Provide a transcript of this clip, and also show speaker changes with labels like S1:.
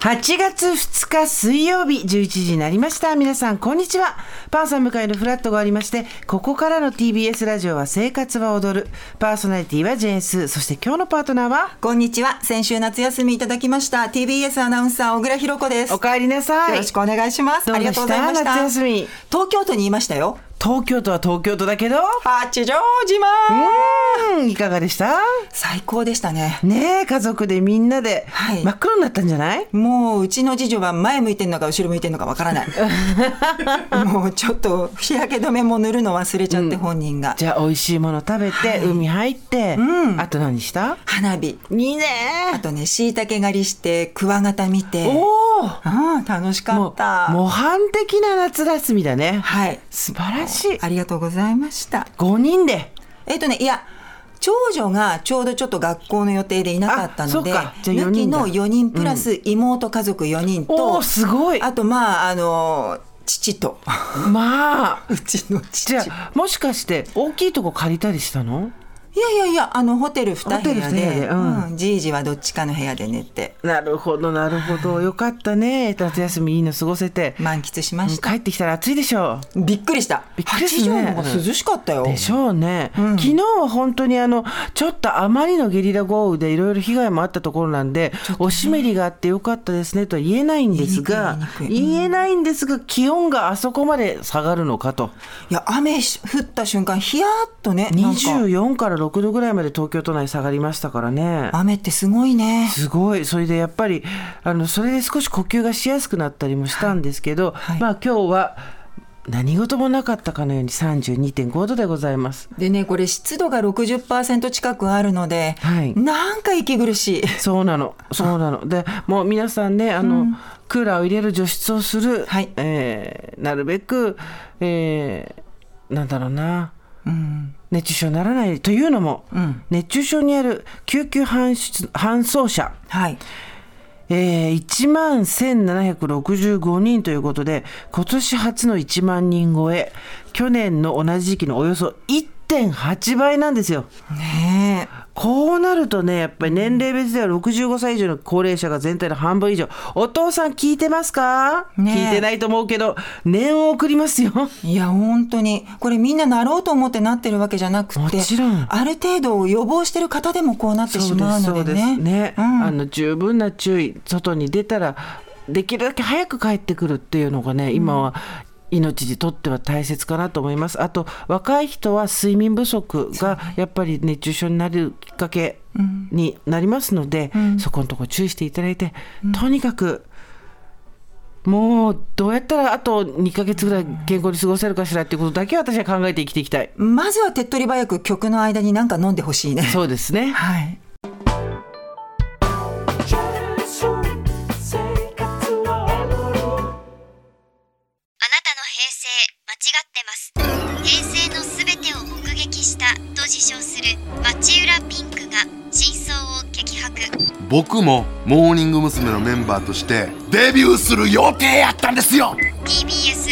S1: 8月2日水曜日11時になりました。皆さん、こんにちは。パンさん向かいのフラットがありまして、ここからの TBS ラジオは生活は踊る。パーソナリティはジェーンスー。そして今日のパートナーは、
S2: こんにちは。先週夏休みいただきました TBS アナウンサー小倉弘子です。
S1: お
S2: よ
S1: かえりなさい。
S2: ろしくお願いします。
S1: ど
S2: あ
S1: う
S2: り
S1: で
S2: が
S1: した
S2: とうございました。
S1: 夏休み
S2: 東京都にいましたよ。
S1: 東京都は東京都だけど、
S2: 八丈島。
S1: うん、いかがでした
S2: 最高でしたね。
S1: ねえ、家族でみんなで、
S2: はい
S1: 真っ黒になったんじゃない
S2: もううちの次女は前向いてるのか後ろ向いてるのかわからない もうちょっと日焼け止めも塗るの忘れちゃって本人が、
S1: じゃあ、美味しいもの食べて、海入って、
S2: うん
S1: あと何した
S2: 花火
S1: いいね
S2: あとね椎茸狩りしてクワガタ見て
S1: おお
S2: ああ楽しか
S1: もう
S2: った
S1: 模範的な夏休みだね。
S2: はい
S1: 素晴らしい。
S2: ありがとうございました
S1: 5人で。
S2: えっとね、いや、長女がちょうどちょっと学校の予定でいなかったので、
S1: あそうかじゃあ4
S2: 抜き
S1: 人だ
S2: の4人プラス妹家族4人
S1: お
S2: と
S1: お、、すごい。
S2: あとまあ、あの、父 と、
S1: まあ。
S2: うちの父。
S1: じ
S2: い
S1: ゃ
S2: や
S1: あ、もしかして大きいとこ借りたりしたの
S2: いやいや、あの、ホテル2
S1: ホテ
S2: 部
S1: ル
S2: 屋
S1: 二部屋
S2: で、
S1: でうん
S2: うんじいじはどっちかの部屋で寝て、
S1: なるほど、なるほど。よかったね。夏休みいいの過ごせて。
S2: 満喫しま
S1: うん
S2: した。
S1: 帰ってきたら暑いでしょ
S2: びっくりした。
S1: びっくりするね
S2: 八丈の方が涼しかったよ。
S1: う。でしょうね、昨日は本当にあのちょっとあまりのゲリラ豪雨でいろいろ被害もあったところなんで、おしめりがあってよかったですねとは言えないんですが
S2: 言いにくい言い
S1: 言えないんですが気温があそこまで下がるのかと。
S2: いや、雨し降った瞬間、ひやーっとね、なんか、
S1: 24から6度ぐらいまで東京都内下がりましたからね。
S2: 雨ってすごいね。
S1: すごい。それでやっぱり、あの、それで少し呼吸がしやすくなったりもしたんですけど、
S2: はい
S1: まあ今日は何事もなかったかのように32.5度でございます。
S2: でね、これ湿度が60%近くあるので、
S1: はい
S2: なんか息苦しい。
S1: そうなの、そうなの。で、もう皆さんね、あの、クーラーを入れる除湿をする、
S2: はい
S1: えーなるべく、えーなんだろうな、
S2: うん。
S1: 熱中症にならないというのも、
S2: うん。
S1: 熱中症にある救急搬出搬送者、
S2: はい。
S1: えー、1万1765人ということで、今年初の1万人超え、去年の同じ時期のおよそ1.8倍なんですよ。
S2: ね
S1: こうなるとね、やっぱり年齢別では65歳以上の高齢者が全体の半分以上。お父さん聞いてますか、
S2: ねえ
S1: 聞いてないと思うけど、念を送りますよ。
S2: え。いや、本当に。これみんななろうと思ってなってるわけじゃなくて。
S1: もちろん
S2: ある程度予防してる方でもこうなってしまうのでね。
S1: ね、
S2: うん
S1: あの十分な注意外に出たらできるだけ早く帰ってくるっていうのがね今は、命にとっては大切かなと思います。あと若い人は睡眠不足がやっぱり熱中症になるきっかけになりますので、そこのとこ注意していただいて、とにかくもうどうやったらあと2ヶ月ぐらい健康に過ごせるかしらっていうことだけは私は考えて生きていきたい。
S2: まずは手っ取り早く曲の間になんか飲んでほしいね。
S1: そうですね。
S2: はい。
S3: あなたの平成間違ってます平成のすべてを目撃したと自称する町浦ピンクが真相を激白
S4: 僕もモーニング娘。のメンバーとしてデビューする予定やったんですよ
S3: TBS